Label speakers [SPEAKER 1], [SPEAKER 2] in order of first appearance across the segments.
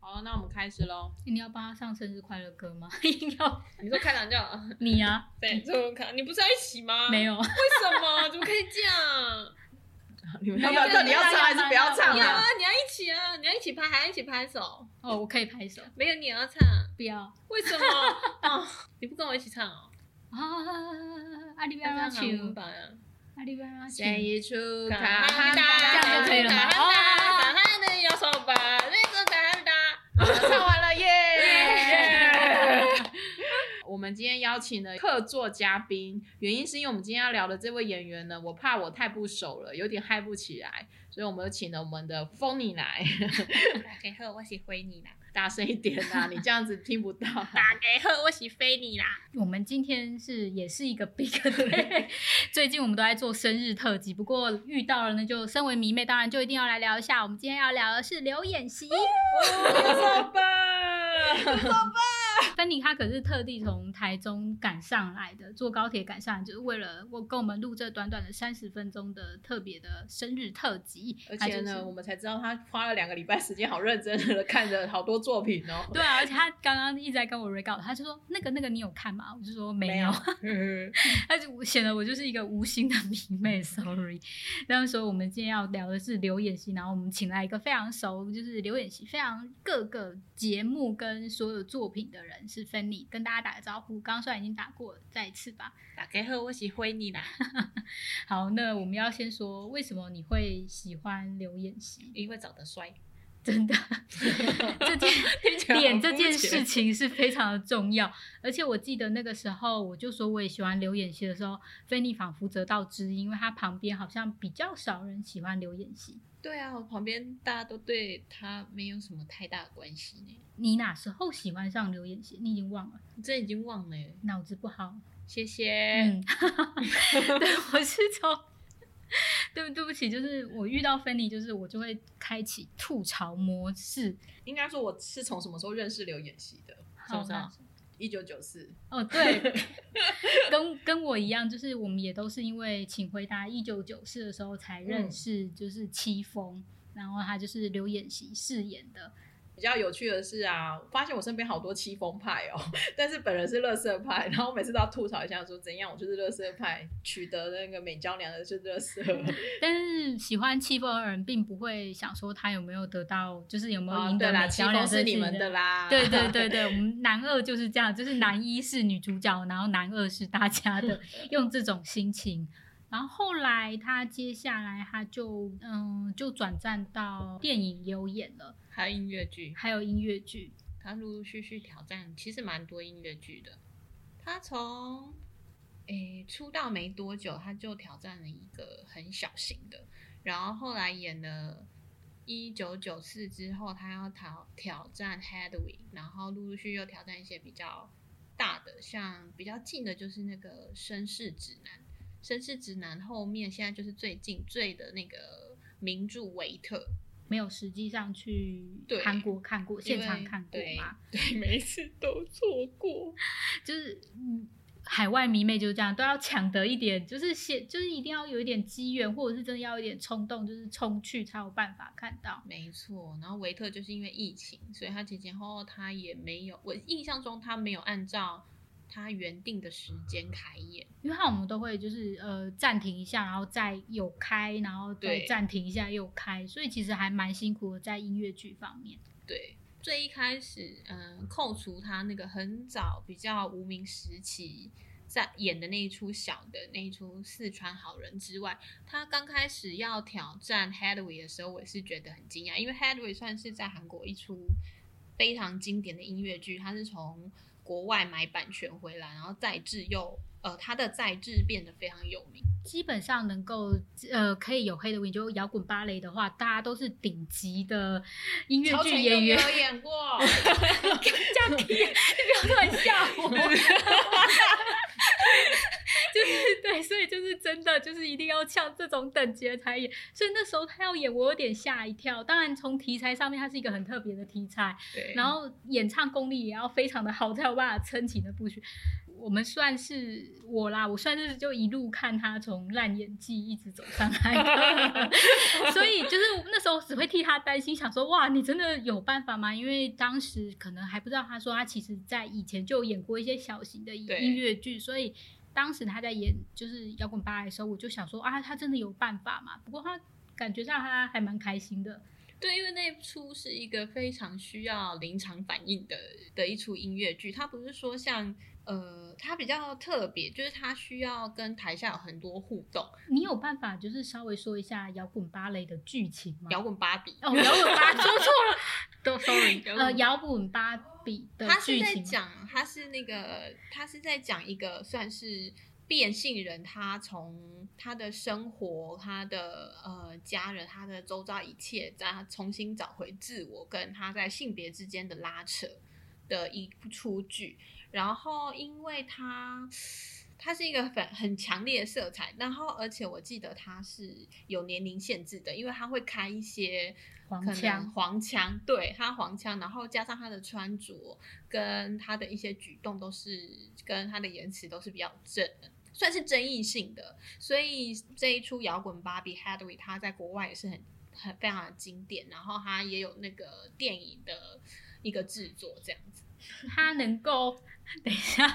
[SPEAKER 1] 好，那我们开始喽。
[SPEAKER 2] 你要帮他唱生日快乐歌吗？ 硬要
[SPEAKER 3] 你说开场就好，
[SPEAKER 2] 你啊？
[SPEAKER 3] 对，就看你不是在一起吗？
[SPEAKER 2] 没
[SPEAKER 3] 有，
[SPEAKER 2] 有，
[SPEAKER 3] 为什么？怎么可以这样？
[SPEAKER 1] 你们
[SPEAKER 2] 要
[SPEAKER 1] 要
[SPEAKER 2] 不
[SPEAKER 1] 不要到
[SPEAKER 2] 要到底
[SPEAKER 1] 底要
[SPEAKER 2] 要
[SPEAKER 1] 唱还
[SPEAKER 2] 唱还是
[SPEAKER 1] 是
[SPEAKER 2] 不
[SPEAKER 1] 不
[SPEAKER 2] 要
[SPEAKER 1] 要
[SPEAKER 2] 唱
[SPEAKER 1] 唱
[SPEAKER 3] 有啊
[SPEAKER 1] 啊？，
[SPEAKER 3] 你要一起啊，你要一起拍，还要一起拍手。
[SPEAKER 2] 哦，我可以拍手，
[SPEAKER 3] 没有，你也要唱，
[SPEAKER 2] 不要啊！
[SPEAKER 3] 为什么？哦，你不跟我一起唱哦？
[SPEAKER 2] 啊阿里边拉球，
[SPEAKER 3] 吧呀，
[SPEAKER 2] 阿里边拉球，
[SPEAKER 1] 一出
[SPEAKER 3] 打哈达，
[SPEAKER 2] 这样就可以了吗
[SPEAKER 1] 哦
[SPEAKER 3] 打哈达，打哈的右手吧，那个打哈达。
[SPEAKER 1] 唱完了耶
[SPEAKER 3] 耶！
[SPEAKER 1] 我们今天邀请了客座嘉宾，原因是因为我们今天要聊的这位演员呢，我怕我太不熟了，有点嗨不起来，所以我们就请了我们的 f o n y 来，
[SPEAKER 3] 打给贺，我喜欢你啦。
[SPEAKER 1] 大声一点啊！你这样子听不到、啊
[SPEAKER 3] 打给贺，我喜飞你啦。
[SPEAKER 2] 我们今天是也是一个 big day，最 近我们都在做生日特辑，不过遇到了呢，就身为迷妹，当然就一定要来聊一下。我们今天要聊的是刘 演习，
[SPEAKER 1] 好吧，
[SPEAKER 2] 芬妮她可是特地从台中赶上来的，坐高铁赶上来，就是为了我跟我们录这短短的三十分钟的特别的生日特辑。
[SPEAKER 1] 而
[SPEAKER 2] 她
[SPEAKER 1] 且
[SPEAKER 2] 就是
[SPEAKER 1] 呢，我们才知道他花了两个礼拜时间，好认真的看着好多作品哦。
[SPEAKER 2] 对啊，而且他刚刚一直在跟我 re 告，他就说那个那个你有看吗？我就说没有， 他就显得我就是一个无心的迷妹，sorry。然后说我们今天要聊的是刘演习，然后我们请来一个非常熟，就是刘演习非常各个节目跟所有作品的人是芬妮，跟大家打个招呼。刚刚虽然已经打过了，再一次吧。
[SPEAKER 3] 打给贺，我喜欢你啦。
[SPEAKER 2] 好，那我们要先说为什么你会喜欢刘演习？
[SPEAKER 3] 因为长 得帅，
[SPEAKER 2] 真的，这件
[SPEAKER 1] 听起来好
[SPEAKER 2] 脸这
[SPEAKER 1] 肤
[SPEAKER 2] 件
[SPEAKER 1] 浅
[SPEAKER 2] 事情是非常的重要，而且我记得那个时候，我就说我也喜欢刘演熙的时候，菲尼仿佛得到知音，因为他旁边好像比较少人喜欢刘演熙。
[SPEAKER 3] 对啊，我旁边大家都对他没有什么太大的关系呢。
[SPEAKER 2] 你哪时候喜欢上刘演熙？你已经忘了，
[SPEAKER 3] 我真的已经忘了耶，
[SPEAKER 2] 脑子不好。
[SPEAKER 3] 谢谢。
[SPEAKER 2] 嗯， 对，我是从。对，对不起，就是我遇到芬妮，就是我就会开启吐槽模式。
[SPEAKER 1] 应该说我是从什么时候认识刘演熙的？
[SPEAKER 2] 好
[SPEAKER 3] 什么时候
[SPEAKER 2] 那
[SPEAKER 1] 一九九四，
[SPEAKER 2] 哦，对，跟跟我一样，就是我们也都是因为《请回答一九九四》的时候才
[SPEAKER 1] 嗯
[SPEAKER 2] 认识，就是戚风，然后他就是刘演习饰演的，
[SPEAKER 1] 比较有趣的是啊，发现我身边好多七风派哦， 但是本人是乐色派，然后我每次都要吐槽一下说怎样，我就是乐色派，取得那个美娇娘的就是乐色。
[SPEAKER 2] 但是喜欢戚风的人并不会想说他有没有得到，就是有没有
[SPEAKER 1] 啊
[SPEAKER 2] 赢
[SPEAKER 1] 对
[SPEAKER 2] 得
[SPEAKER 1] 啦，
[SPEAKER 2] 美
[SPEAKER 1] 七
[SPEAKER 2] 娇娘
[SPEAKER 1] 风
[SPEAKER 2] 这
[SPEAKER 1] 是
[SPEAKER 2] 件事
[SPEAKER 1] 你
[SPEAKER 2] 情
[SPEAKER 1] 们的。啦，
[SPEAKER 2] 对对 对对，我们男二就是这样，就是男一是女主角，然后男二是大 家的，用这种心情。然后后来他接下来他就嗯就转战到电影有演了，
[SPEAKER 3] 还有音乐剧，
[SPEAKER 2] 还有音乐剧，
[SPEAKER 3] 他陆陆续续挑战，其实蛮多音乐剧的。他从诶出道没多久，他就挑战了一个很小型的，然后后来演了。一九九四之后，他要挑挑战 Hedwig，然后陆陆续续又挑战一些比较大的，像比较近的就是那个绅士指南。绅士指南后面现在就是最近最的那个名著维特，
[SPEAKER 2] 没有实际上去
[SPEAKER 3] 对
[SPEAKER 2] 韩国看过，现场看过
[SPEAKER 3] 因为
[SPEAKER 2] 嘛？
[SPEAKER 3] 对，每一次都错过。
[SPEAKER 2] 就是嗯，海外迷妹就是这样，都要抢得一点，就是先就是一定要有一点机缘，或者是真的要有一点冲动，就是冲去才有办法看到。
[SPEAKER 3] 没错，然后维特就是因为疫情，所以他前前后后他也没有，我印象中他没有按照他原定的时间开演，
[SPEAKER 2] 因为它我们都会就是呃暂停一下，然后再有开，然后再
[SPEAKER 3] 对
[SPEAKER 2] 暂停一下又开，所以其实还蛮辛苦的在音乐剧方面。
[SPEAKER 3] 对。最一开始，嗯，扣除他那个很早比较无名时期在演的那一出小的那一出《四川好人》之外，他刚开始要挑战 Hadley 的时候，我也是觉得很惊讶，因为 Hadley 算是在韩国一出非常经典的音乐剧，它是从国外买版权回来，然后再制又呃，它的再制变得非常有名。
[SPEAKER 2] 基本上能够呃可以有黑的 w 就摇滚芭蕾的话，大家都是顶级的音乐
[SPEAKER 3] 曹
[SPEAKER 2] 剧
[SPEAKER 3] 承
[SPEAKER 2] 演员
[SPEAKER 3] 佑。没有 演过，
[SPEAKER 2] 这样可以，你不要乱 吓我。就是对，所以就是真的，就是一定要唱这种等级的才演。所以那时候他要演，我有点吓一跳。当然，从题材上面，它是一个很特别的题材，
[SPEAKER 3] 对，
[SPEAKER 2] 然后演唱功力也要非常的好，才有办法撑起那部剧。我们算是我啦，我算是就一路看他从烂演技一直走上来， 所以就是那时候只会替他担心，想说哇，你真的有办法吗？因为当时可能还不知道，他说他其实在以前就演过一些小型的
[SPEAKER 3] 对
[SPEAKER 2] 音乐剧，所以当时他在演就是摇滚吧的时候，我就想说啊，他真的有办法嘛？不过他感觉上他还蛮开心的，
[SPEAKER 3] 对，因为那一出是一个非常需要临场反应的的一出音乐剧，它不是说像呃，它比较特别，就是它需要跟台下有很多互动。
[SPEAKER 2] 你有办法就是稍微说一下摇滚芭蕾的剧情吗？
[SPEAKER 3] 摇滚芭比，
[SPEAKER 2] 哦，摇滚芭说错了，都 sorry，
[SPEAKER 3] 摇滚
[SPEAKER 2] 呃，摇滚芭比的
[SPEAKER 3] 他是
[SPEAKER 2] 剧
[SPEAKER 3] 在
[SPEAKER 2] 情吗，
[SPEAKER 3] 讲，他是那个，他是在讲一个算是变性人，他从他的生活、他的呃家人、他的周遭一切，让他重新找回自我，跟他在性别之间的拉扯的一出剧。然后，因为他。它是一个很很强烈的色彩，然后而且我记得它是有年龄限制的，因为它会开一些可
[SPEAKER 2] 黄
[SPEAKER 3] 能
[SPEAKER 2] 腔，
[SPEAKER 3] 黄腔，对他黄腔，然后加上他的穿着跟他的一些举动都是跟他的言辞都是比较正，算是争议性的。所以这一出摇滚芭比 Hadley，他在国外也是很很非常的经典，然后他也有那个电影的一个制作这样子。
[SPEAKER 2] 他能够等一下，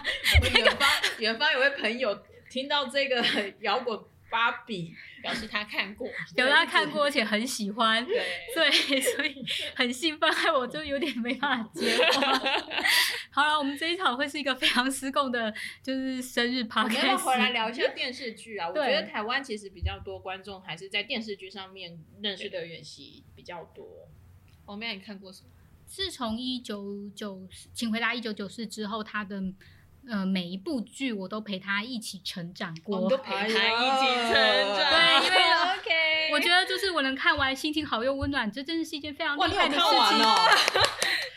[SPEAKER 1] 我们远方远方有位朋友听到这个 摇滚芭比，
[SPEAKER 3] 表示他看过，
[SPEAKER 2] 有他看过，而且很喜欢。
[SPEAKER 3] 对，
[SPEAKER 2] 对，所以 很兴奋，害我就有点没办法接话。 好了，我们这一场会是一个非常失控的，就是生日
[SPEAKER 1] 我们要不
[SPEAKER 2] party。
[SPEAKER 1] 要回来聊一 下电视剧啊？我觉
[SPEAKER 2] 对
[SPEAKER 1] 得台湾其实比较多观众还是在电视剧上面认识的演习比较多。
[SPEAKER 3] 我没有看过什么，
[SPEAKER 2] 自从一九九，请回答一九九四之后，他的呃每一部剧我都陪他一起成长过。
[SPEAKER 3] 哦我们都陪他一起成长。
[SPEAKER 1] 哎
[SPEAKER 2] 对，因 为
[SPEAKER 1] OK，
[SPEAKER 2] 我觉得就是我能看完，心情好又温暖，这真是一件非常
[SPEAKER 1] 哇，
[SPEAKER 2] 啊厉
[SPEAKER 1] 你有
[SPEAKER 2] 害的
[SPEAKER 1] 看
[SPEAKER 2] 事
[SPEAKER 1] 完
[SPEAKER 2] 情。
[SPEAKER 1] 哦！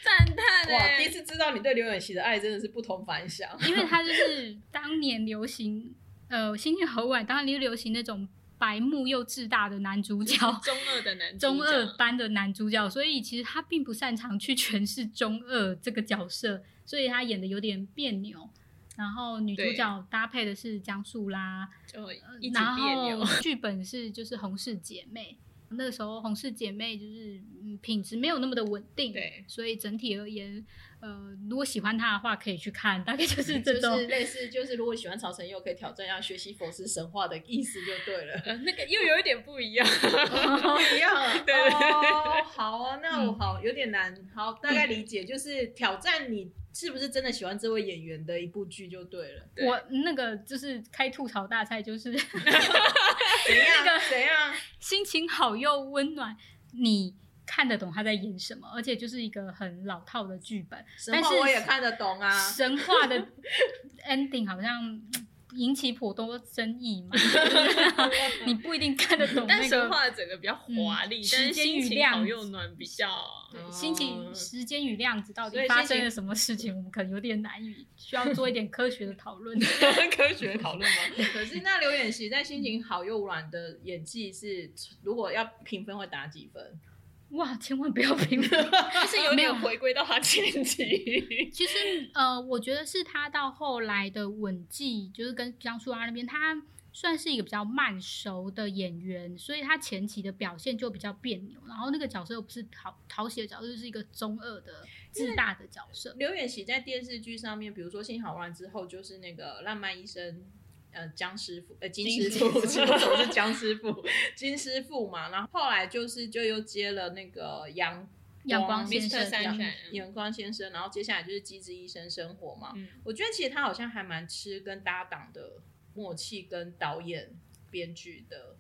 [SPEAKER 3] 赞叹
[SPEAKER 1] 哇，
[SPEAKER 3] 欸
[SPEAKER 1] 第一次知道你对刘演熙的爱真的是不同凡响。
[SPEAKER 2] 因为它就是当年流行，呃，心情很晚，当年流行那种白目又志大的男主角，
[SPEAKER 3] 中二的男主
[SPEAKER 2] 中二
[SPEAKER 3] 角
[SPEAKER 2] 班的男主角，所以其实他并不擅长去诠释中二这个角色，所以他演的有点别扭。然后女主
[SPEAKER 3] 对
[SPEAKER 2] 角搭配的是江素拉，
[SPEAKER 3] 就一起
[SPEAKER 2] 然
[SPEAKER 3] 别扭
[SPEAKER 2] 后。 剧本是就是红氏姐妹，那个时候红氏姐妹就是嗯品质没有那么的稳定，
[SPEAKER 3] 对，
[SPEAKER 2] 所以整体而言，呃，如果喜欢她的话可以去看，大概 就是 这种。
[SPEAKER 1] 就是类似，就是如果喜欢曹承佑，可以挑战一下学习佛斯神话的意思就对了。
[SPEAKER 3] 呃，那个又有一点不一样。
[SPEAKER 1] 不一样啊，
[SPEAKER 3] 对嗯
[SPEAKER 1] 哦，好啊，那我
[SPEAKER 2] 嗯
[SPEAKER 1] 好有点难，好大概理解，就是挑战你是不是真的喜欢这位演员的一部剧就对了。
[SPEAKER 3] 对
[SPEAKER 2] 我那个就是开吐槽大赛，就是
[SPEAKER 1] 怎
[SPEAKER 2] 那
[SPEAKER 1] 样
[SPEAKER 2] 个？
[SPEAKER 1] 怎样？
[SPEAKER 2] 心情好又温暖，你看得懂他在演什么，而且就是一个很老套的剧本，
[SPEAKER 1] 神话我也看得懂啊。
[SPEAKER 2] 神话的 ending 好像嗯引起颇多争议 嘛， 就是你不一定看得懂
[SPEAKER 3] 但
[SPEAKER 2] 那
[SPEAKER 3] 神
[SPEAKER 2] 个。
[SPEAKER 3] 话整个比较华丽，
[SPEAKER 2] 嗯
[SPEAKER 3] 但
[SPEAKER 2] 时
[SPEAKER 3] 是
[SPEAKER 2] 间
[SPEAKER 3] 心
[SPEAKER 2] 与
[SPEAKER 3] 情
[SPEAKER 2] 量
[SPEAKER 3] 好又暖比较。
[SPEAKER 2] 对心情、时间与量子到
[SPEAKER 1] 所以
[SPEAKER 2] 底发
[SPEAKER 1] 心情
[SPEAKER 2] 生了什么事情，我们可能有点难以，需要做一点科学的讨 论。
[SPEAKER 3] 科学 讨论吗？
[SPEAKER 1] 可是那刘演熙在心情好又软的演技是，如果要评分会打几分？
[SPEAKER 2] 哇，千万不要评论。
[SPEAKER 3] 就是有
[SPEAKER 2] 没有
[SPEAKER 3] 点回归到他前期。
[SPEAKER 2] 其实呃，我觉得是他到后来的吻技，就是跟江疏拉那边，他算是一个比较慢熟的演员，所以他前期的表现就比较别扭。然后那个角色又不是讨讨喜的角色，就是一个中二的自大的角色。
[SPEAKER 1] 刘演熙在电视剧上面，比如说《心情好软》之后，就是那个《浪漫医生》。呃，江师傅，呃，金师傅，金
[SPEAKER 3] 金师傅
[SPEAKER 1] 总是江师傅，金师傅嘛。然后后来就是就又接了那个杨
[SPEAKER 2] 阳光先
[SPEAKER 3] Mr.
[SPEAKER 2] 生，
[SPEAKER 3] Sunshine
[SPEAKER 1] 杨阳光先生，然后接下来就是《机智医生生活》嘛。
[SPEAKER 3] 嗯
[SPEAKER 1] 我觉得其实他好像还蛮吃跟搭档的默契，跟导演、编剧的。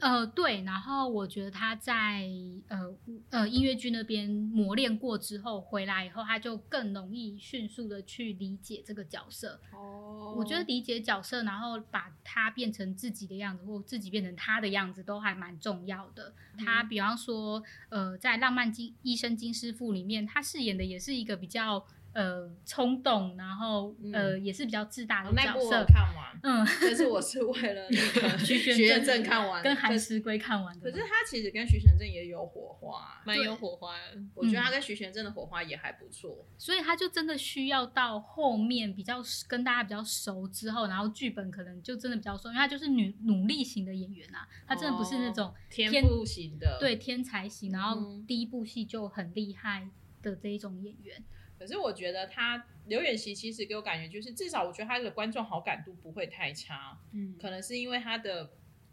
[SPEAKER 2] 呃，对，然后我觉得他在呃舞呃音乐剧那边磨练过之后，回来以后，他就更容易迅速的去理解这个角色。
[SPEAKER 1] 哦
[SPEAKER 2] 我觉得理解角色，然后把他变成自己的样子，或自己变成他的样子，都还蛮重要的。他
[SPEAKER 1] 嗯
[SPEAKER 2] 比方说，呃，在《浪漫金医生金师傅》里面，他饰演的也是一个比较呃冲动，然后呃也是比较自大的
[SPEAKER 1] 嗯哦那
[SPEAKER 2] 角
[SPEAKER 1] 部我有
[SPEAKER 2] 色。
[SPEAKER 1] 看完，
[SPEAKER 2] 嗯，
[SPEAKER 1] 但是我是为了那个
[SPEAKER 2] 徐玄
[SPEAKER 1] 徐
[SPEAKER 2] 正
[SPEAKER 1] 正看完，
[SPEAKER 2] 跟
[SPEAKER 1] 可
[SPEAKER 2] 韩
[SPEAKER 1] 是
[SPEAKER 2] 石龟看完的
[SPEAKER 1] 可
[SPEAKER 2] 嘛。
[SPEAKER 1] 是他其实跟徐玄正也有火花，啊
[SPEAKER 3] 蛮有火花的。
[SPEAKER 1] 我觉
[SPEAKER 2] 嗯
[SPEAKER 1] 得他跟徐玄正的火花也还不错。
[SPEAKER 2] 所以他就真的需要到后面比较跟大家比较熟之后，然后剧本可能就真的比较熟，因为他就是女努力型的演员啊，他真的不是那种、
[SPEAKER 1] 哦天赋型的，
[SPEAKER 2] 对天才型，然后
[SPEAKER 1] 嗯
[SPEAKER 2] 第一部戏就很厉害的这一种演员。
[SPEAKER 1] 可是我觉得他刘远熙其实给我感觉就是，至少我觉得他的观众好感度不会太差，
[SPEAKER 3] 嗯，
[SPEAKER 1] 可能是因为他的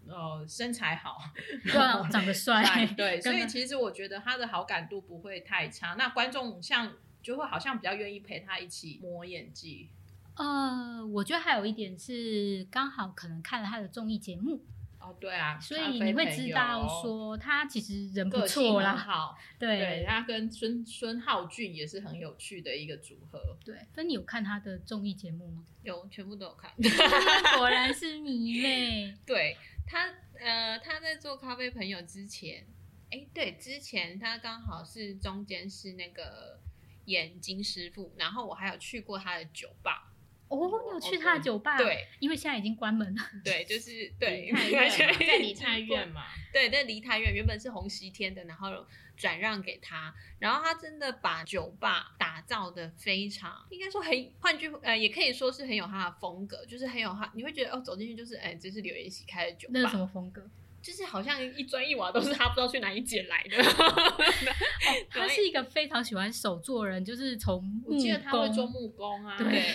[SPEAKER 1] 呃身材 好，
[SPEAKER 2] 对啊，长得帅，
[SPEAKER 1] 对，所
[SPEAKER 2] 跟
[SPEAKER 1] 以
[SPEAKER 2] 他
[SPEAKER 1] 其实我觉得他的好感度不会太差。那观众像就会好像比较愿意陪他一起磨演技，
[SPEAKER 2] 呃，我觉得还有一点是刚好可能看了他的综艺节目，
[SPEAKER 1] 哦，对啊，
[SPEAKER 2] 所
[SPEAKER 1] 咖
[SPEAKER 2] 以
[SPEAKER 1] 啡
[SPEAKER 2] 你会
[SPEAKER 1] 朋
[SPEAKER 2] 知
[SPEAKER 1] 友
[SPEAKER 2] 道说他其实人不
[SPEAKER 1] 个性
[SPEAKER 2] 错
[SPEAKER 1] 很
[SPEAKER 2] 啦。
[SPEAKER 1] 好，对
[SPEAKER 2] 对
[SPEAKER 1] 他跟孙孙浩俊也是很有趣的一个组合。
[SPEAKER 2] 对，芬妮有看他的综艺节 目吗？
[SPEAKER 3] 有全部都有看。
[SPEAKER 2] 果然是迷妹。
[SPEAKER 3] 对他，呃，他在做咖啡朋友之前，哎，对，之前他刚好是中间是那个演金师傅，然后我还有去过他的酒吧，
[SPEAKER 2] 哦，你有去他的酒吧？，
[SPEAKER 3] 对
[SPEAKER 2] 因为现在已经关门了。
[SPEAKER 3] 对，就是 对，
[SPEAKER 1] 梨泰院 嘛在梨泰院嘛，
[SPEAKER 3] 对，在梨泰院原本是红西天的，然后转让给他，然后他真的把酒吧打造的非常，应该说很，换句呃，也可以说是很有他的风格，就是很有他，你会觉得哦，走进去就是哎，这是刘妍希开的酒
[SPEAKER 2] 那是什
[SPEAKER 3] 吧，
[SPEAKER 2] 么风格？
[SPEAKER 3] 就是好像一砖一瓦都是他不知道去哪里捡来的。
[SPEAKER 2] 他是一个非常喜欢手作人，就是从
[SPEAKER 1] 我记得他会做
[SPEAKER 2] 工
[SPEAKER 1] 木工啊，
[SPEAKER 2] 对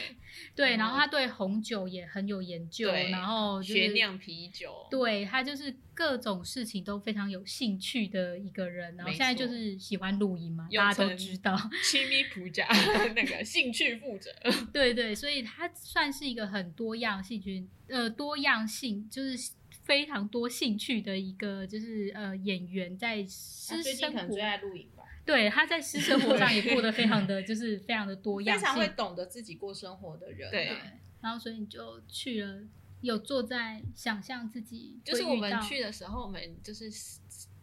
[SPEAKER 2] 对，
[SPEAKER 3] 嗯
[SPEAKER 2] 然后他对红酒也很有研究，
[SPEAKER 3] 对
[SPEAKER 2] 然后就是
[SPEAKER 3] 学酿啤酒，
[SPEAKER 2] 对他就是各种事情都非常有兴趣的一个人，然后
[SPEAKER 3] 没
[SPEAKER 2] 现在就
[SPEAKER 3] 错
[SPEAKER 2] 是喜欢露营嘛，
[SPEAKER 3] 有
[SPEAKER 2] 大家都
[SPEAKER 3] 成
[SPEAKER 2] 知道，
[SPEAKER 3] 七咪普甲 那个兴趣负责，
[SPEAKER 2] 对对，所以他算是一个很多样性群，呃，多样性就是非常多兴趣的一个，就是呃演员在
[SPEAKER 1] 他
[SPEAKER 2] 私
[SPEAKER 1] 最近
[SPEAKER 2] 生
[SPEAKER 1] 可能
[SPEAKER 2] 活
[SPEAKER 1] 最，爱露营吧，
[SPEAKER 2] 对他在私生活上也过得非常的就是非常的多样
[SPEAKER 1] 非常会
[SPEAKER 2] 性，
[SPEAKER 1] 懂得自己过生活的人啊，
[SPEAKER 3] 对
[SPEAKER 2] 然后所以你就去了，有坐在想象自己
[SPEAKER 3] 就是
[SPEAKER 2] 会
[SPEAKER 3] 我
[SPEAKER 2] 遇
[SPEAKER 3] 们
[SPEAKER 2] 到
[SPEAKER 3] 去的时候，我们就是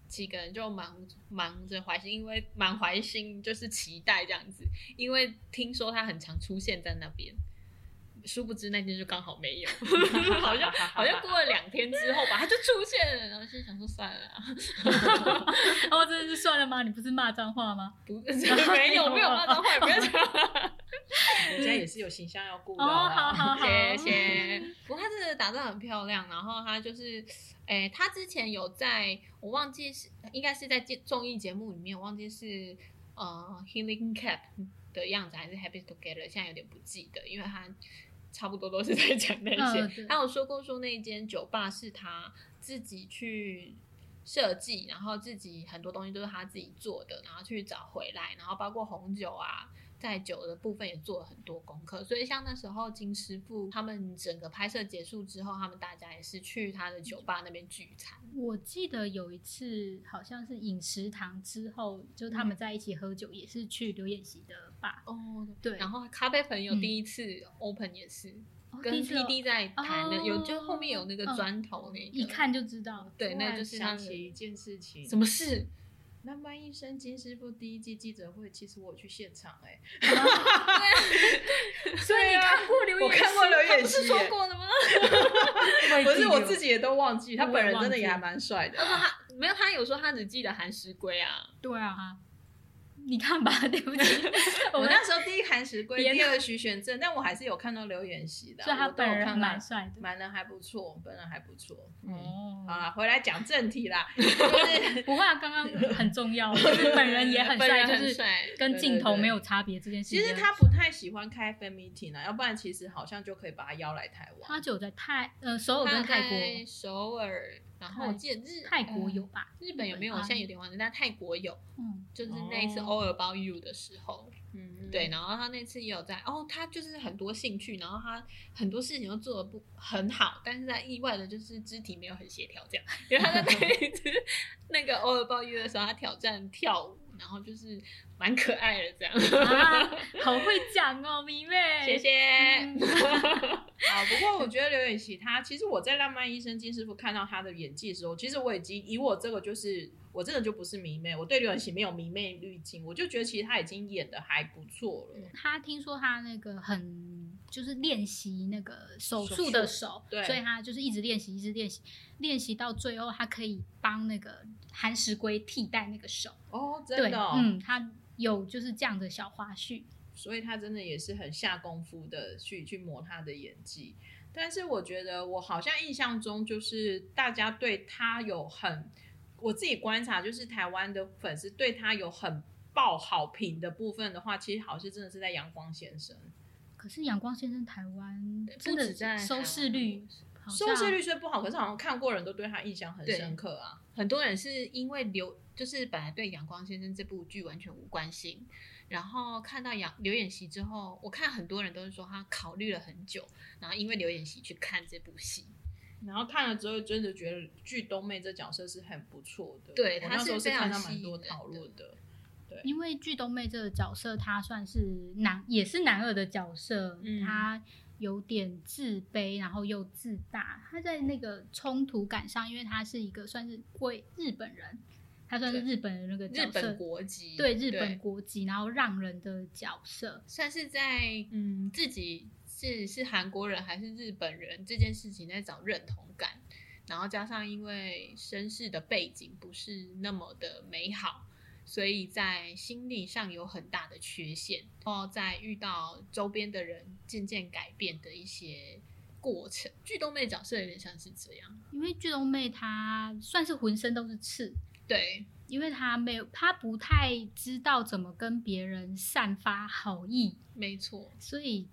[SPEAKER 3] 几个人就忙忙着怀心，因为满怀心就是期待这样子，因为听说他很常出现在那边。殊不知那天就刚好没有， 好像好像过了两天之后吧，他就出现了，然后心想说算了、啊，
[SPEAKER 2] 哦，真的是算了吗？你不是骂脏话 吗？
[SPEAKER 3] 不没有没有骂脏话，也不要讲。
[SPEAKER 1] 人家也是有形象要顾的。啊
[SPEAKER 2] 哦，
[SPEAKER 1] 好不好
[SPEAKER 2] 好好好，
[SPEAKER 3] 谢谢。 不过她真的打造很漂亮，然后她就是，诶、她之前有在我忘记是应该是在节综艺节目里面，我忘记是呃 Healing Cap 的样子还是 Happy Together，现在有点不记得，因为她差不多都是在讲那
[SPEAKER 2] 嗯对
[SPEAKER 3] 些。她、有说过说那一间酒吧是她自己去。设计，然后自己很多东西都是她自己做的，然后去找回来，然后包括红酒啊，在酒的部分也做了很多功课，所以像那时候金师傅他们整个拍摄结束之后，他们大家也是去他的酒吧那边聚餐。
[SPEAKER 2] 我记得有一次好像是饮食堂之后，就他
[SPEAKER 3] 嗯
[SPEAKER 2] 们在一起喝酒，也是去刘演习的吧？
[SPEAKER 3] 哦，
[SPEAKER 2] 对，
[SPEAKER 3] 然后咖啡朋友
[SPEAKER 2] 嗯
[SPEAKER 3] 第一次 open 也是、
[SPEAKER 2] 哦
[SPEAKER 3] 跟
[SPEAKER 2] 第一次哦
[SPEAKER 3] PD 在谈的，
[SPEAKER 2] 哦
[SPEAKER 3] 有就后面有那个砖头那个
[SPEAKER 2] 一看就知道，
[SPEAKER 3] 对，
[SPEAKER 1] 突
[SPEAKER 3] 那
[SPEAKER 1] 然
[SPEAKER 3] 就是他
[SPEAKER 1] 想
[SPEAKER 3] 的
[SPEAKER 1] 起一件事情，
[SPEAKER 3] 什么事？
[SPEAKER 1] 南蛮医生金师傅第一季记者会，其实我有去现场哎、
[SPEAKER 2] 所以你看过刘
[SPEAKER 1] 我
[SPEAKER 2] 演习，
[SPEAKER 1] 看过刘
[SPEAKER 3] 他
[SPEAKER 1] 演
[SPEAKER 3] 不是
[SPEAKER 1] 熙
[SPEAKER 3] 说
[SPEAKER 1] 耶，
[SPEAKER 3] 过 的吗？
[SPEAKER 1] 不是我自
[SPEAKER 2] 己
[SPEAKER 1] 己也都忘记，他
[SPEAKER 2] 我
[SPEAKER 1] 本
[SPEAKER 2] 也
[SPEAKER 1] 人真的
[SPEAKER 2] 忘记
[SPEAKER 1] 也还
[SPEAKER 2] 了
[SPEAKER 1] 蛮帅的
[SPEAKER 3] 他说
[SPEAKER 1] 啊、
[SPEAKER 3] 他没有，他有说他只记得韩石龟啊。
[SPEAKER 2] 对啊，你看吧， 对不起，
[SPEAKER 1] 我
[SPEAKER 2] 我们
[SPEAKER 1] 那时候第一韩石龟，
[SPEAKER 2] 别
[SPEAKER 1] 第二徐玄正，但我还是有看到刘演熙的啊，
[SPEAKER 2] 所以他
[SPEAKER 1] 我都有
[SPEAKER 2] 本人
[SPEAKER 1] 看到，
[SPEAKER 2] 蛮帅的
[SPEAKER 1] 蛮人还不错，本人还不错。嗯，
[SPEAKER 2] 哦
[SPEAKER 1] 好。啦，回来讲正题啦，就是
[SPEAKER 2] 不过刚刚很重 要，就是本人也很
[SPEAKER 3] 本
[SPEAKER 2] 帅，
[SPEAKER 3] 人
[SPEAKER 2] 就
[SPEAKER 3] 很
[SPEAKER 2] 是
[SPEAKER 3] 帅。
[SPEAKER 2] 跟镜头没有差别这件事
[SPEAKER 1] 其
[SPEAKER 2] 情。
[SPEAKER 1] 实他不太喜欢开 fan meeting 啊，要不然其实好像就可以把他邀来台湾。
[SPEAKER 2] 他就有在泰呃首尔
[SPEAKER 3] 他
[SPEAKER 2] 跟泰
[SPEAKER 3] 在
[SPEAKER 1] 嗯
[SPEAKER 2] 国，
[SPEAKER 3] 首尔，然后我记得日
[SPEAKER 2] 泰国有
[SPEAKER 3] 嗯
[SPEAKER 2] 吧？
[SPEAKER 3] 日本有没有？
[SPEAKER 2] 日
[SPEAKER 3] 我
[SPEAKER 2] 本啊
[SPEAKER 3] 现在有点忘记，但泰国有。
[SPEAKER 2] 嗯，
[SPEAKER 3] 就是那一次
[SPEAKER 1] 哦
[SPEAKER 3] 偶尔包 you 的时候，
[SPEAKER 1] 嗯，
[SPEAKER 3] 对，然后他那次也有在，哦，他就是很多兴趣，然后他很多事情都做的不很好，但是在意外的就是肢体没有很协调这样， 因为他在 那一次那个偶尔包 you 的时候，他挑战跳舞，然后就是蛮可爱的这样，
[SPEAKER 2] 啊，好会讲哦，迷妹。
[SPEAKER 3] 谢谢。
[SPEAKER 2] 嗯
[SPEAKER 1] 好啊，不过我觉得刘演熙他，其实我在《浪漫医生金师傅》看到他的演技的时候，其实我已经以我这个就是我真的就不是迷妹，我对刘演熙没有迷妹滤镜，我就觉得其实他已经演的还不错了。
[SPEAKER 2] 他听说他那个很就是练习那个手术的手，
[SPEAKER 1] 对
[SPEAKER 2] 所以他就是一直练习，一直练习，练习到最后，他可以帮那个韩石龟替代那个手。
[SPEAKER 1] 哦，
[SPEAKER 2] 对，
[SPEAKER 1] 真的、哦，
[SPEAKER 2] 嗯，他有就是这样的小花絮。
[SPEAKER 1] 所以他真的也是很下功夫的去去磨他的演技。但是我觉得我好像印象中就是大家对他有很，我自己观察就是台湾的粉丝对他有很爆好评的部分的话，其实好像真的是在阳光先生
[SPEAKER 2] 可是阳光先生台湾真
[SPEAKER 3] 不止在
[SPEAKER 2] 的
[SPEAKER 3] 台
[SPEAKER 2] 收
[SPEAKER 3] 湾
[SPEAKER 2] 视率，好
[SPEAKER 1] 收
[SPEAKER 2] 像
[SPEAKER 1] 视率虽不好，可是好像看过人都对他印象很
[SPEAKER 3] 对
[SPEAKER 1] 深刻啊。
[SPEAKER 3] 很多人是因为刘，就是本来对《阳光先生》这部剧完全无关心，然后看到杨刘演习之后，我看很多人都是说他考虑了很久，然后因为刘演习去看这部戏，
[SPEAKER 1] 然后看了之后，真的觉得剧东妹这角色是很不错的。
[SPEAKER 3] 对
[SPEAKER 1] 我
[SPEAKER 3] 她
[SPEAKER 1] 那时候
[SPEAKER 3] 是非
[SPEAKER 1] 看
[SPEAKER 3] 常
[SPEAKER 1] 到
[SPEAKER 3] 吸
[SPEAKER 1] 蛮
[SPEAKER 3] 引
[SPEAKER 1] 多
[SPEAKER 3] 人
[SPEAKER 1] 讨
[SPEAKER 3] 的
[SPEAKER 1] 论的。
[SPEAKER 2] 因为剧东妹这个角色，她算是男，也是男二的角色，
[SPEAKER 1] 嗯
[SPEAKER 2] 她有点自卑，然后又自大。她在那个冲突感上，因为她是一个算是会日本人，她算是
[SPEAKER 3] 对
[SPEAKER 2] 日本人那个
[SPEAKER 3] 日
[SPEAKER 2] 角
[SPEAKER 3] 本
[SPEAKER 2] 色，
[SPEAKER 3] 国籍，
[SPEAKER 2] 对日本国籍，然后让人的角色，
[SPEAKER 3] 算是在嗯自己是是韩国人还是日本人这件事情在找认同感，然后加上因为身世的背景不是那么的美好，所以在心理上有很大的缺陷，然后在遇到周边的人渐渐改变的一些过程，剧东妹角色有点像是这样，
[SPEAKER 2] 因为剧东妹她算是浑身都是刺。
[SPEAKER 3] 对
[SPEAKER 2] 因为她没有，她不太知道怎么跟别人散发好意，
[SPEAKER 3] 没错，
[SPEAKER 2] 所以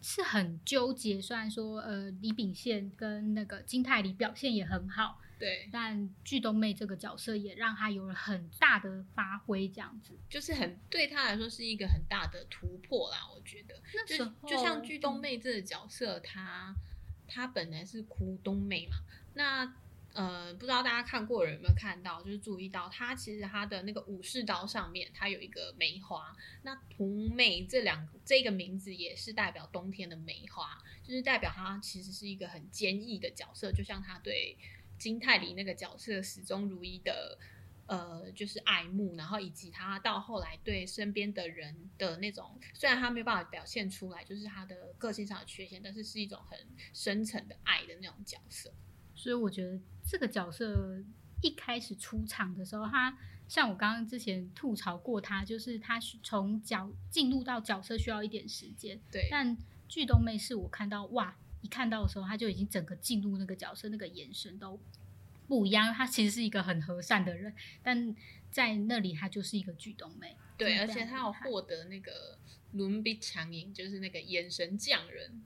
[SPEAKER 2] 是很纠结。虽然说呃，李秉宪跟那个金泰梨表现也很好，
[SPEAKER 3] 对，
[SPEAKER 2] 但剧东妹这个角色也让她有了很大的发挥，这样子。
[SPEAKER 3] 就是很对他来说是一个很大的突破啦，我觉得。
[SPEAKER 2] 那
[SPEAKER 3] 就
[SPEAKER 2] 时候嗯
[SPEAKER 3] 就像剧东，妹这个角色，她她本来是哭东妹嘛，那呃，不知道大家看过有没有看到，就是注意到她其实她的那个武士刀上面，它有一个梅花。那荼妹这两这个名字也是代表冬天的梅花，就是代表她其实是一个很坚毅的角色，就像她对金泰梨那个角色始终如一的。呃，就是爱慕，然后以及他到后来对身边的人的那种，虽然他没有办法表现出来，就是他的个性上的缺陷，但是是一种很深层的爱的那种角色。
[SPEAKER 2] 所以我觉得这个角色一开始出场的时候，她像我刚刚之前吐槽过她，就是她需从角进入到角色需要一点时间，
[SPEAKER 3] 对，
[SPEAKER 2] 但剧东妹是我看到哇，一看到的时候，她就已经整个进入那个角色，那个眼神都不一样。因为她其实是一个很和善的人，但在那里她就是一个剧东妹。
[SPEAKER 3] 对，而
[SPEAKER 2] 真的
[SPEAKER 3] 且
[SPEAKER 2] 非常
[SPEAKER 3] 他有
[SPEAKER 2] 厉害
[SPEAKER 3] 获得那个伦比强影，就是那个眼神匠人，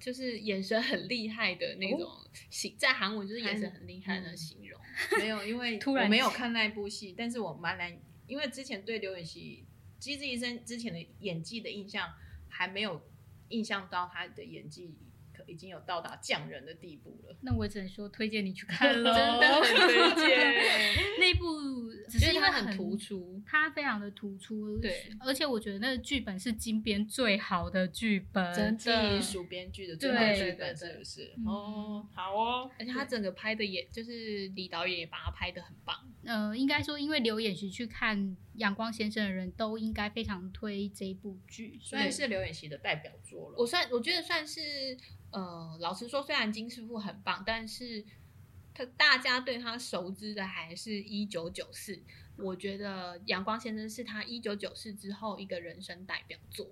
[SPEAKER 3] 就是眼神很厉害的那种形，在韩文就是眼神很厉害的
[SPEAKER 1] 嗯
[SPEAKER 3] 形容。
[SPEAKER 1] 没有，因为
[SPEAKER 2] 突然
[SPEAKER 1] 我没有看那一部戏，但是我蛮难，因为之前对刘演熙《机智医生》之前的演技的印象还没有印象到他的演技可已经有到达匠人的地步了。
[SPEAKER 2] 那我只能说推荐你去 看 喽，
[SPEAKER 3] 真的很推荐
[SPEAKER 2] 那一 部，只
[SPEAKER 3] 就是是
[SPEAKER 2] 因
[SPEAKER 3] 他
[SPEAKER 2] 为
[SPEAKER 3] 很突，出，
[SPEAKER 2] 它非常的突出。
[SPEAKER 3] 对，
[SPEAKER 2] 而且我觉得那个剧本是金编最好的剧本，
[SPEAKER 1] 呃技术编剧的最好
[SPEAKER 2] 对
[SPEAKER 1] 剧
[SPEAKER 3] 对对
[SPEAKER 1] 本是不是？
[SPEAKER 2] 嗯
[SPEAKER 1] 哦，好哦，
[SPEAKER 3] 而且他整个拍的也就是李导演也把他拍的很棒。
[SPEAKER 2] 呃，应该说，因为刘演熙去看《阳光先生》的人都应该非常推这一部剧，所以
[SPEAKER 1] 算是刘演熙的代表作了。
[SPEAKER 3] 我算我觉得算是呃，老实说，虽然金师傅很棒，但是他大家对他熟知的还是一九九四。我觉得《阳光先生》是他一九九四之后一个人生代表作，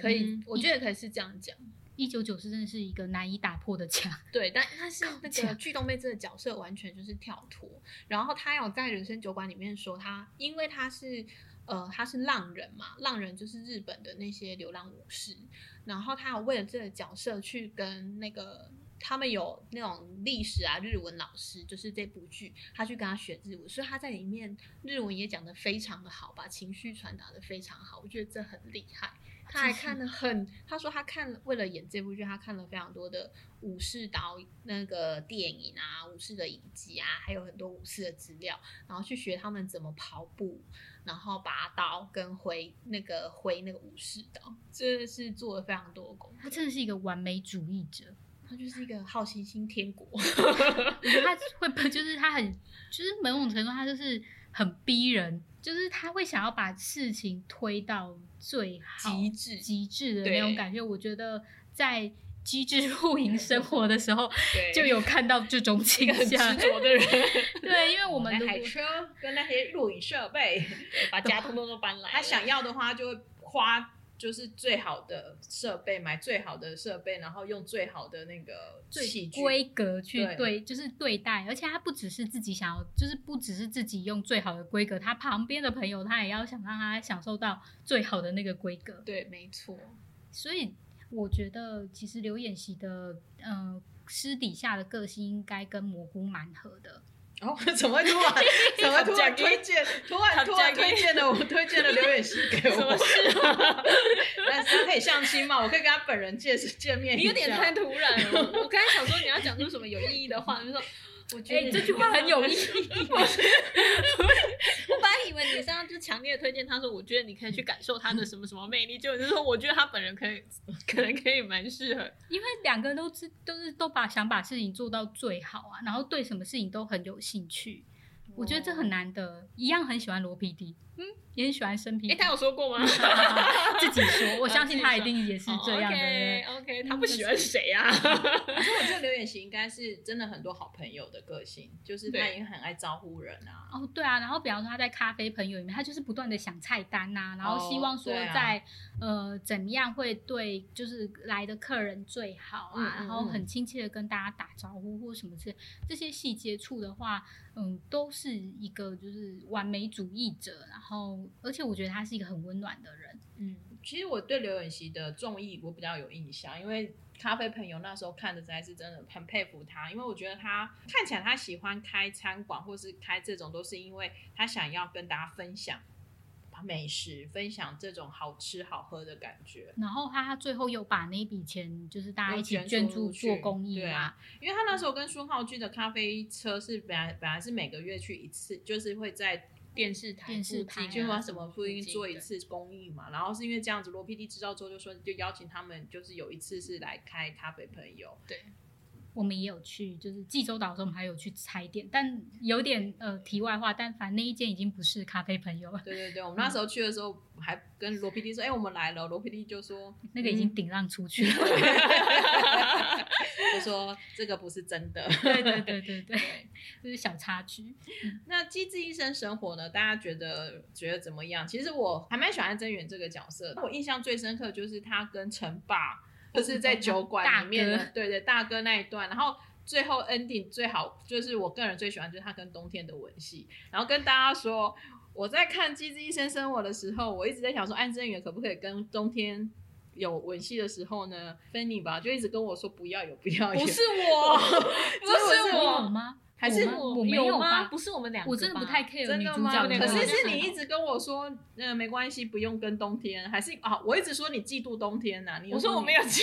[SPEAKER 3] 可以，
[SPEAKER 1] 嗯
[SPEAKER 3] 我觉得可以是这样讲。
[SPEAKER 2] 一九九四真的是一个难以打破的墙。
[SPEAKER 3] 对，但但是那
[SPEAKER 2] 这
[SPEAKER 3] 个
[SPEAKER 2] 样
[SPEAKER 3] 剧东妹这个角色完全就是跳脱。然后她有在《人生酒馆》里面说她，因为她是呃她是浪人嘛，浪人就是日本的那些流浪武士。然后她有为了这个角色去跟那个他们有那种历史啊日文老师，就是这部剧，她去跟他学日文，所以她在里面日文也讲得非常的好，把情绪传达的非常好，我觉得这很厉害。他还看了很，他说他看了，为了演这部剧，他看了非常多的武士导那个电影啊，武士的影集啊，还有很多武士的资料，然后去学他们怎么跑步，然后拔刀跟挥那个挥那个武士刀，真的是做了非常多的功
[SPEAKER 2] 他
[SPEAKER 3] 课。
[SPEAKER 2] 真的是一个完美主义者，
[SPEAKER 3] 他就是一个好奇心天国。
[SPEAKER 2] 我觉得他会不就是他很就是某种程度他就是很逼人，就是他会想要把事情推到最好
[SPEAKER 3] 极致
[SPEAKER 2] 极致的
[SPEAKER 3] 对
[SPEAKER 2] 那种感觉。我觉得在机智露营生活的时候
[SPEAKER 3] 对，
[SPEAKER 2] 就有看到这种
[SPEAKER 3] 一
[SPEAKER 2] 倾
[SPEAKER 3] 个很执
[SPEAKER 2] 向。
[SPEAKER 3] 着的 人，
[SPEAKER 2] 对，因为我们
[SPEAKER 1] 的
[SPEAKER 2] 如果
[SPEAKER 1] 海车跟那些录影设备，
[SPEAKER 3] 把家通通都搬来了。
[SPEAKER 1] 他想要的话就会花。就是最好的设备，买最好的设备，然后用最好的那个器
[SPEAKER 2] 最
[SPEAKER 1] 具。
[SPEAKER 2] 规格去
[SPEAKER 1] 对
[SPEAKER 2] 对，就是对待，而且他不只是自己想要，就是不只是自己用最好的规格，他旁边的朋友他也要想让他享受到最好的那个规格，
[SPEAKER 3] 对，没 错，
[SPEAKER 2] 所以我觉得其实刘演习的呃私底下的个性应该跟蘑菇蛮合的，
[SPEAKER 1] 哦， 怎么会突然怎么会突然推荐，突然突然推荐了我推荐了刘远熙 给我？但是他可以相亲吗？我可以跟他本人见见面一下。
[SPEAKER 3] 你有点太突然 了。我我刚才想说你要讲出什么有意义的话，你说 我觉得、
[SPEAKER 2] 哎、这句话很 有意。义，
[SPEAKER 3] 我本来以为你上就强烈地推荐他说，我觉得你可以去感受他的什么什么魅力，结果就是说我觉得他本人可以，可能可以蛮适合。
[SPEAKER 2] 因为两个人都知都是都把想把事情做到最好啊，然后对什么事情都很有兴趣，我觉得这很难得，一样很喜欢罗 PD，嗯，也很喜欢生
[SPEAKER 3] 哎、
[SPEAKER 2] 皮。
[SPEAKER 3] 他有说过吗？
[SPEAKER 2] 自己说，哦我相信他一定也是这样的人。
[SPEAKER 3] o k 哦 OK，他不喜欢谁啊 呀、
[SPEAKER 1] 可是我觉得刘远熙应该是真的很多好朋友的个性，就是他
[SPEAKER 3] 对
[SPEAKER 1] 也很爱招呼人啊。
[SPEAKER 2] 哦，对啊，然后比方说他在咖啡朋友里面，他就是不断的想菜单呐、然后希望说
[SPEAKER 1] 哦对啊
[SPEAKER 2] 在、呃怎么样会对就是来的客人最好啊，
[SPEAKER 1] 嗯嗯
[SPEAKER 2] 然后很亲切的跟大家打招呼或什么之类，这些细节处的话，嗯，都是一个就是完美主义者，然后而且我觉得他是一个很温暖的人，
[SPEAKER 3] 嗯，
[SPEAKER 1] 其实我对刘远熙的综艺我比较有印象，因为咖啡朋友那时候看的实在是真的很佩服他，因为我觉得他看起来他喜欢开餐馆或是开这种，都是因为他想要跟大家分享美食，分享这种好吃好喝的感觉。
[SPEAKER 2] 然后他最后又把那笔钱就是大家
[SPEAKER 1] 又
[SPEAKER 2] 一起
[SPEAKER 1] 捐
[SPEAKER 2] 捐
[SPEAKER 1] 助
[SPEAKER 2] 助
[SPEAKER 1] 出去
[SPEAKER 2] 做公益
[SPEAKER 1] 对
[SPEAKER 2] 嘛
[SPEAKER 1] 啊，因为他那时候跟孙浩居的咖啡车是本来本来是每个月去一次，就是会在
[SPEAKER 3] 电视台、
[SPEAKER 2] 电视台啊
[SPEAKER 1] 就把什么附近
[SPEAKER 3] 附近
[SPEAKER 1] 做一次公益嘛。然后是因为这样子，罗 PD 知道之后就说就邀请他们，就是有一次是来开咖啡朋友，
[SPEAKER 2] 我们也有去，就是济州岛的时候，我们还有去踩点，但有点呃题外话，但反正那一间已经不是咖啡朋友了，
[SPEAKER 1] 对对对，我们那时候去的时候还跟罗 PD 说，哎、我们来了。罗 PD 就说，
[SPEAKER 2] 那个已
[SPEAKER 1] 嗯
[SPEAKER 2] 经顶让出去了。
[SPEAKER 1] 就说这个不是真的。
[SPEAKER 2] 对对对对对，就是小插曲。
[SPEAKER 1] 那《机智医生生活》呢？大家觉得觉得怎么样？其实我还蛮喜欢真源这个角色的，我印象最深刻就是他跟陈爸，就是在酒馆里面的
[SPEAKER 2] 大，
[SPEAKER 1] 对对，大哥那一段，然后。最后 ending 最好就是我个人最喜欢就是他跟冬天的吻戏，然后跟大家说，我在看《机智医生生活》的时候，我一直在想说，安贞元可不可以跟冬天有吻戏的时候呢，芬妮吧就一直跟我说不要有不要有，
[SPEAKER 3] 不是我，
[SPEAKER 1] 哦
[SPEAKER 3] 不是
[SPEAKER 2] 我有
[SPEAKER 3] 我，
[SPEAKER 2] 吗？
[SPEAKER 1] 还是
[SPEAKER 2] 我吗我没
[SPEAKER 3] 没
[SPEAKER 2] 有吧
[SPEAKER 3] 吗？不是我们两个吧，
[SPEAKER 2] 我真的不太 care
[SPEAKER 1] 真
[SPEAKER 2] 女
[SPEAKER 1] 的
[SPEAKER 2] 主
[SPEAKER 1] 吗？
[SPEAKER 2] 角的
[SPEAKER 1] 可
[SPEAKER 2] 个性。
[SPEAKER 1] 是是你一直跟我说，呃，没关系，不用跟冬天，还是啊，我一直说你嫉妒冬天呐、你又
[SPEAKER 3] 我说我
[SPEAKER 1] 你
[SPEAKER 3] 没有记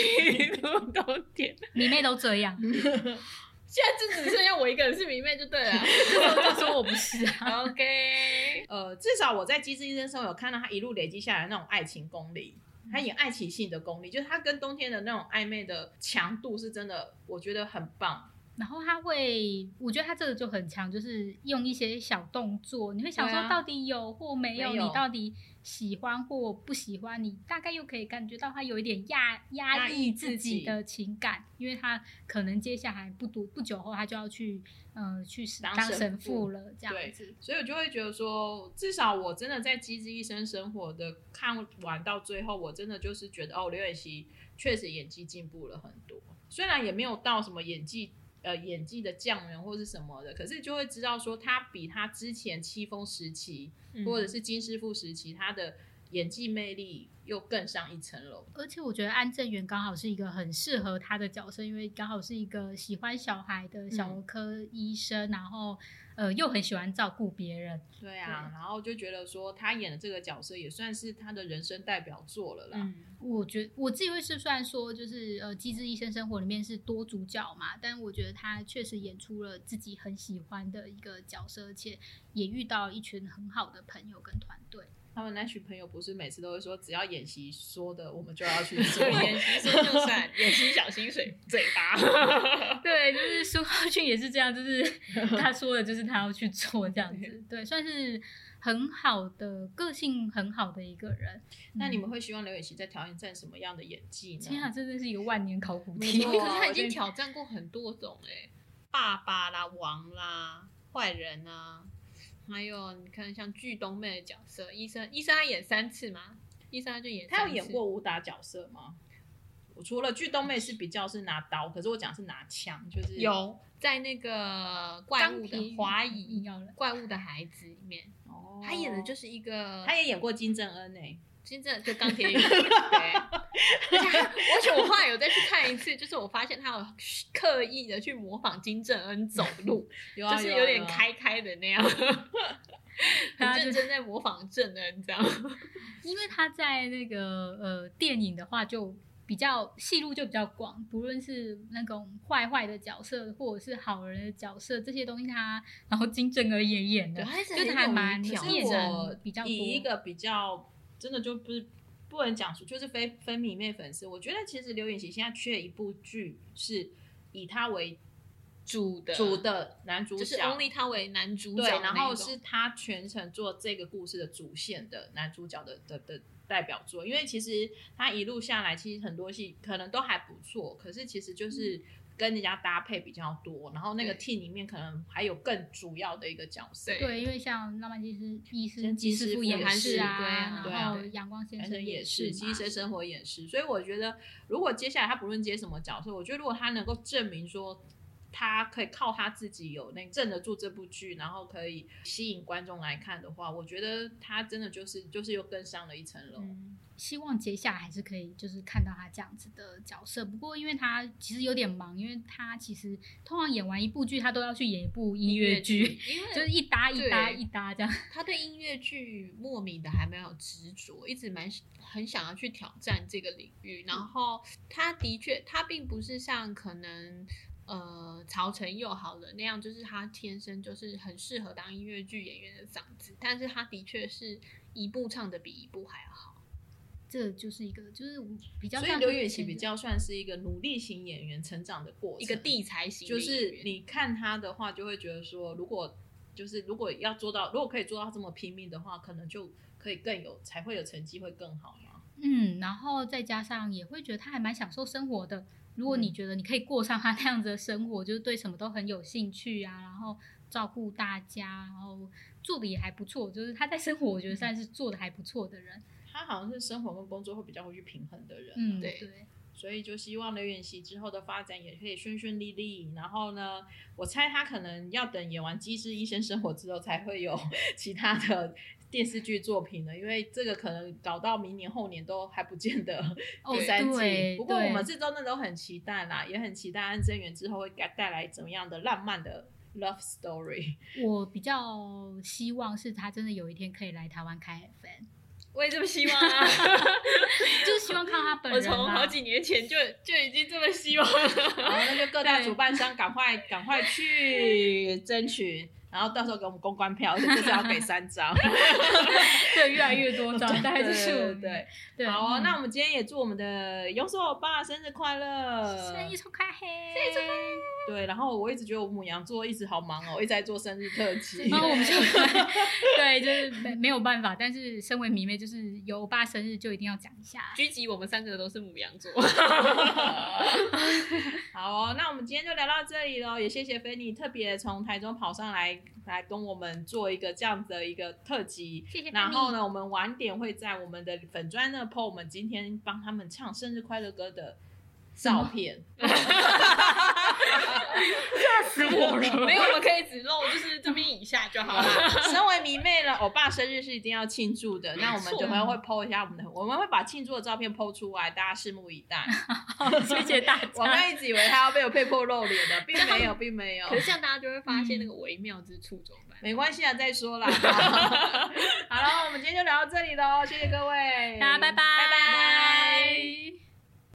[SPEAKER 3] 录到点，
[SPEAKER 2] 迷妹都这样，
[SPEAKER 3] 现在就只剩下我一个人是迷妹就 对了。
[SPEAKER 2] 就说我不是啊。
[SPEAKER 3] OK，
[SPEAKER 1] 呃，至少我在《机智医生生活》有看到他一路累积下来的那种爱情功力，他演爱情戏的功力，就是他跟冬天的那种暧昧的强度是真的，我觉得很棒。
[SPEAKER 2] 然后他会，我觉得他这个就很强，就是用一些小动作，你会想
[SPEAKER 1] 对
[SPEAKER 2] 说
[SPEAKER 1] 啊
[SPEAKER 2] 到底有或没有，
[SPEAKER 1] 没有
[SPEAKER 2] 你到底喜欢或不喜欢，你大概又可以感觉到他有一点压
[SPEAKER 1] 压
[SPEAKER 2] 压
[SPEAKER 1] 抑
[SPEAKER 2] 抑
[SPEAKER 1] 自
[SPEAKER 2] 自
[SPEAKER 1] 己
[SPEAKER 2] 己的情感，因为他可能接下来不多不久后他就要去，呃，去
[SPEAKER 1] 当
[SPEAKER 2] 当
[SPEAKER 1] 神
[SPEAKER 2] 神
[SPEAKER 1] 父
[SPEAKER 2] 父了，这样
[SPEAKER 1] 对
[SPEAKER 2] 子。
[SPEAKER 1] 所以我就会觉得说，至少我真的在《机智医生生活》的看完到最后，我真的就是觉得哦，刘演熙确实演技进步了很多，虽然也没有到什么演技呃演技的匠人或是什么的，可是就会知道说他比他之前七峰时期、
[SPEAKER 2] 嗯
[SPEAKER 1] 或者是金师傅时期他的演技魅力又更上一层楼。
[SPEAKER 2] 而且我觉得安正元刚好是一个很适合他的角色，因为刚好是一个喜欢小孩的小
[SPEAKER 1] 嗯
[SPEAKER 2] 儿科医生，然后呃又很喜欢照顾别人，
[SPEAKER 1] 对啊，
[SPEAKER 2] 对
[SPEAKER 1] 然后就觉得说他演的这个角色也算是他的人生代表作了啦。
[SPEAKER 3] 嗯，
[SPEAKER 2] 我觉我自己会是虽然说就是呃《机智医生生活》里面是多主角嘛，但我觉得他确实演出了自己很喜欢的一个角色，而且也遇到一群很好的朋友跟团队。
[SPEAKER 1] 他们那群朋友不是每次都会说，只要演习说的，我们就要去做
[SPEAKER 3] 对，。演习说就算，演习小心水嘴巴。
[SPEAKER 2] 对，就是苏浩俊也是这样，就是 他说的，就是他要去做这样子，对，算是很好的个性很好的一个人。
[SPEAKER 1] 那你们
[SPEAKER 3] 嗯
[SPEAKER 2] 会，
[SPEAKER 1] 会希望刘演习在挑战什么样的演技呢？
[SPEAKER 2] 天啊，这真是一个万年考古
[SPEAKER 1] 没
[SPEAKER 2] 题
[SPEAKER 1] 错。啊
[SPEAKER 3] 可是他
[SPEAKER 1] 我
[SPEAKER 3] 啊已
[SPEAKER 1] 觉得
[SPEAKER 3] 经挑战过很多种哎、爸爸啦、王啦、坏人啊，还有你看像剧东妹的角色，医生，医生他演三次嘛，医生他就演三次，
[SPEAKER 1] 他有演过武打角色吗？我除了剧东妹是比较是拿刀，可是我讲是拿枪，就是
[SPEAKER 3] 有在那个怪
[SPEAKER 2] 钢
[SPEAKER 3] 物
[SPEAKER 2] 皮
[SPEAKER 3] 的华
[SPEAKER 2] 硬
[SPEAKER 3] 裔
[SPEAKER 2] 要了，
[SPEAKER 3] 怪物的孩子里面，
[SPEAKER 1] 哦
[SPEAKER 3] 他演的就是一个
[SPEAKER 1] 他也演过金正恩诶、
[SPEAKER 3] 真正就钢铁人， 对。欸而且他而且我后来有再去看一次，就是我发现他有刻意的去模仿金正恩走路，
[SPEAKER 1] 有啊
[SPEAKER 3] 就是
[SPEAKER 1] 啊
[SPEAKER 3] 有点
[SPEAKER 1] 啊
[SPEAKER 3] 开开的那样，
[SPEAKER 2] 大
[SPEAKER 3] 很
[SPEAKER 2] 家就
[SPEAKER 3] 认真在模仿正恩这样。
[SPEAKER 2] 因为他在那个呃电影的话就。比较戏路就比较广，不论是那种坏坏的角色，或者是好人的角色，这些东西他，然后金正恩也演的，
[SPEAKER 3] 他是
[SPEAKER 2] 就是还蛮
[SPEAKER 3] 挑
[SPEAKER 1] 可是
[SPEAKER 2] 面
[SPEAKER 3] 战。
[SPEAKER 1] 我
[SPEAKER 2] 比较多
[SPEAKER 1] 以一个比较真的就不是不能讲出，就是非非迷妹粉丝，我觉得其实刘演熙现在缺一部剧是以他为
[SPEAKER 3] 主的
[SPEAKER 1] 主，的男主角，
[SPEAKER 3] 就是 only 他为男主角
[SPEAKER 1] 对，
[SPEAKER 3] 那一种，
[SPEAKER 1] 然后是他全程做这个故事的主线的男主角的的的代表作，因为其实他一路下来，其实很多戏可能都还不错，可是其实就是跟人家搭配比较多，然后那个
[SPEAKER 3] 嗯对
[SPEAKER 1] team 里面可能还有更主要的一个角色，
[SPEAKER 3] 对
[SPEAKER 2] 对，因为像浪漫技师医师
[SPEAKER 1] 像
[SPEAKER 2] 吉
[SPEAKER 1] 吉
[SPEAKER 2] 师
[SPEAKER 1] 师
[SPEAKER 2] 傅
[SPEAKER 1] 傅
[SPEAKER 2] 也
[SPEAKER 1] 也
[SPEAKER 2] 是
[SPEAKER 3] 是对
[SPEAKER 2] 啊
[SPEAKER 3] 啊，
[SPEAKER 1] 对
[SPEAKER 2] 然
[SPEAKER 1] 啊
[SPEAKER 2] 后
[SPEAKER 1] 对
[SPEAKER 2] 阳光先
[SPEAKER 1] 男
[SPEAKER 2] 生
[SPEAKER 1] 生也是，
[SPEAKER 2] 是
[SPEAKER 1] 机
[SPEAKER 2] 嘛，
[SPEAKER 1] 生生活也是，所以我觉得，如果接下来他不论接什么角色，我觉得如果他能够证明说，他可以靠他自己有那镇得住这部剧，然后可以吸引观众来看的话，我觉得他真的就是就是又更上了一层楼。
[SPEAKER 3] 嗯
[SPEAKER 2] 希望接下来还是可以就是看到他这样子的角色。不过因为他其实有点忙，因为他其实通常演完一部剧，他都要去演一部音乐剧，，
[SPEAKER 3] 因
[SPEAKER 2] 就是
[SPEAKER 3] 为
[SPEAKER 2] 一搭一搭
[SPEAKER 3] 对
[SPEAKER 2] 一搭这样。
[SPEAKER 3] 他对音乐剧莫名的还蛮有执着，一直蛮很想要去挑战这个领域。然后他的确，他并不是像可能。呃，曹承佑好了那样，就是他天生就是很适合当音乐剧演员的嗓子，但是他的确是一部唱的比一部还要好。
[SPEAKER 2] 这就是一个就是比较
[SPEAKER 1] 所以
[SPEAKER 2] 像
[SPEAKER 1] 刘
[SPEAKER 2] 是
[SPEAKER 1] 远熙
[SPEAKER 2] 前
[SPEAKER 1] 比
[SPEAKER 2] 的
[SPEAKER 1] 较算是一个努力型演员成长的过程，
[SPEAKER 3] 一个地才型的
[SPEAKER 1] 就
[SPEAKER 3] 演员，
[SPEAKER 1] 是你看他的话，就会觉得说，如果就是如果要做到，如果可以做到这么拼命的话，可能就可以更有才会有成绩会更好嘛。
[SPEAKER 2] 嗯，然后再加上也会觉得他还蛮享受生活的。如果你
[SPEAKER 1] 嗯
[SPEAKER 2] 觉得你可以过上他那样子的生活，就是对什么都很有兴趣啊，然后照顾大家，然后做的也还不错，就是他在生活我觉得算是做的还不错的人。
[SPEAKER 1] 他好像是生活跟工作会比较会去平衡的人啊、
[SPEAKER 2] 嗯，
[SPEAKER 3] 对
[SPEAKER 2] 对，
[SPEAKER 1] 所以就希望刘演熙之后的发展也可以顺顺利利。然后呢，我猜他可能要等演完《机智医生生活》之后，才会有 其他的电视剧作品呢，因为这个可能搞到明年后年都还不见得
[SPEAKER 2] 哦
[SPEAKER 1] 第三季。
[SPEAKER 2] 对
[SPEAKER 1] 不过我们
[SPEAKER 2] 对
[SPEAKER 1] 这周呢都很期待啦，也很期待安贞元之后会带带来怎么样的浪漫的 love story。
[SPEAKER 2] 我比较希望是他真的有一天可以来台湾开 FN，
[SPEAKER 3] 我也这么希望 啊！
[SPEAKER 2] 就是希望看到他本
[SPEAKER 3] 我
[SPEAKER 2] 人啦。
[SPEAKER 3] 从好几年前就就已经这么希望了。
[SPEAKER 1] 然后那就各大主办商赶快赶快去争取，然后到时候给我们公关票，而且这次要给三 张。
[SPEAKER 2] 对越来越多张，大概就是我
[SPEAKER 1] 对
[SPEAKER 2] 们
[SPEAKER 1] 对
[SPEAKER 2] 对。
[SPEAKER 1] 好哦，
[SPEAKER 2] 嗯
[SPEAKER 1] 那我们今天也祝我们的勇手欧巴生日快乐！
[SPEAKER 2] 生意出开黑，生意出开
[SPEAKER 1] 对，然后我一直觉得我母羊座一直好忙哦，一直在做生日特辑。
[SPEAKER 2] 然后我们就对，就是没没有办法，但是身为迷妹，就是有欧巴生日就一定要讲一下。
[SPEAKER 3] 狙击我们三个都是母羊座，
[SPEAKER 1] 好哦，那我们今天就聊到这里喽，也谢谢菲尼特别从台中跑上来来跟我们做一个这样子的一个特辑。
[SPEAKER 2] 谢谢
[SPEAKER 1] 然后
[SPEAKER 2] 呢？
[SPEAKER 1] 呢，我们晚点会在我们的粉砖呢 po 我们今天帮他们唱生日快乐歌的照 片。
[SPEAKER 2] 吓死我了！
[SPEAKER 3] 没有，我们可以只露就是这边以下 就好了。
[SPEAKER 1] 身为迷妹呢，欧巴生日是一定要庆祝的。那我们等会会 PO 一下我们的，我们会把庆祝的照片 PO 出来，大家拭目以 待。
[SPEAKER 2] 好，谢谢大
[SPEAKER 1] 我
[SPEAKER 2] 家。
[SPEAKER 1] 刚一直以为他要被我被迫露脸的，并没有，并没有
[SPEAKER 3] 可，是这样大家就会发现那个微妙之处，怎么办？
[SPEAKER 1] 没关系啊，再 说啦。好了，我们今天就聊到这里喽，谢谢各位，
[SPEAKER 2] 大家拜拜
[SPEAKER 1] 拜拜。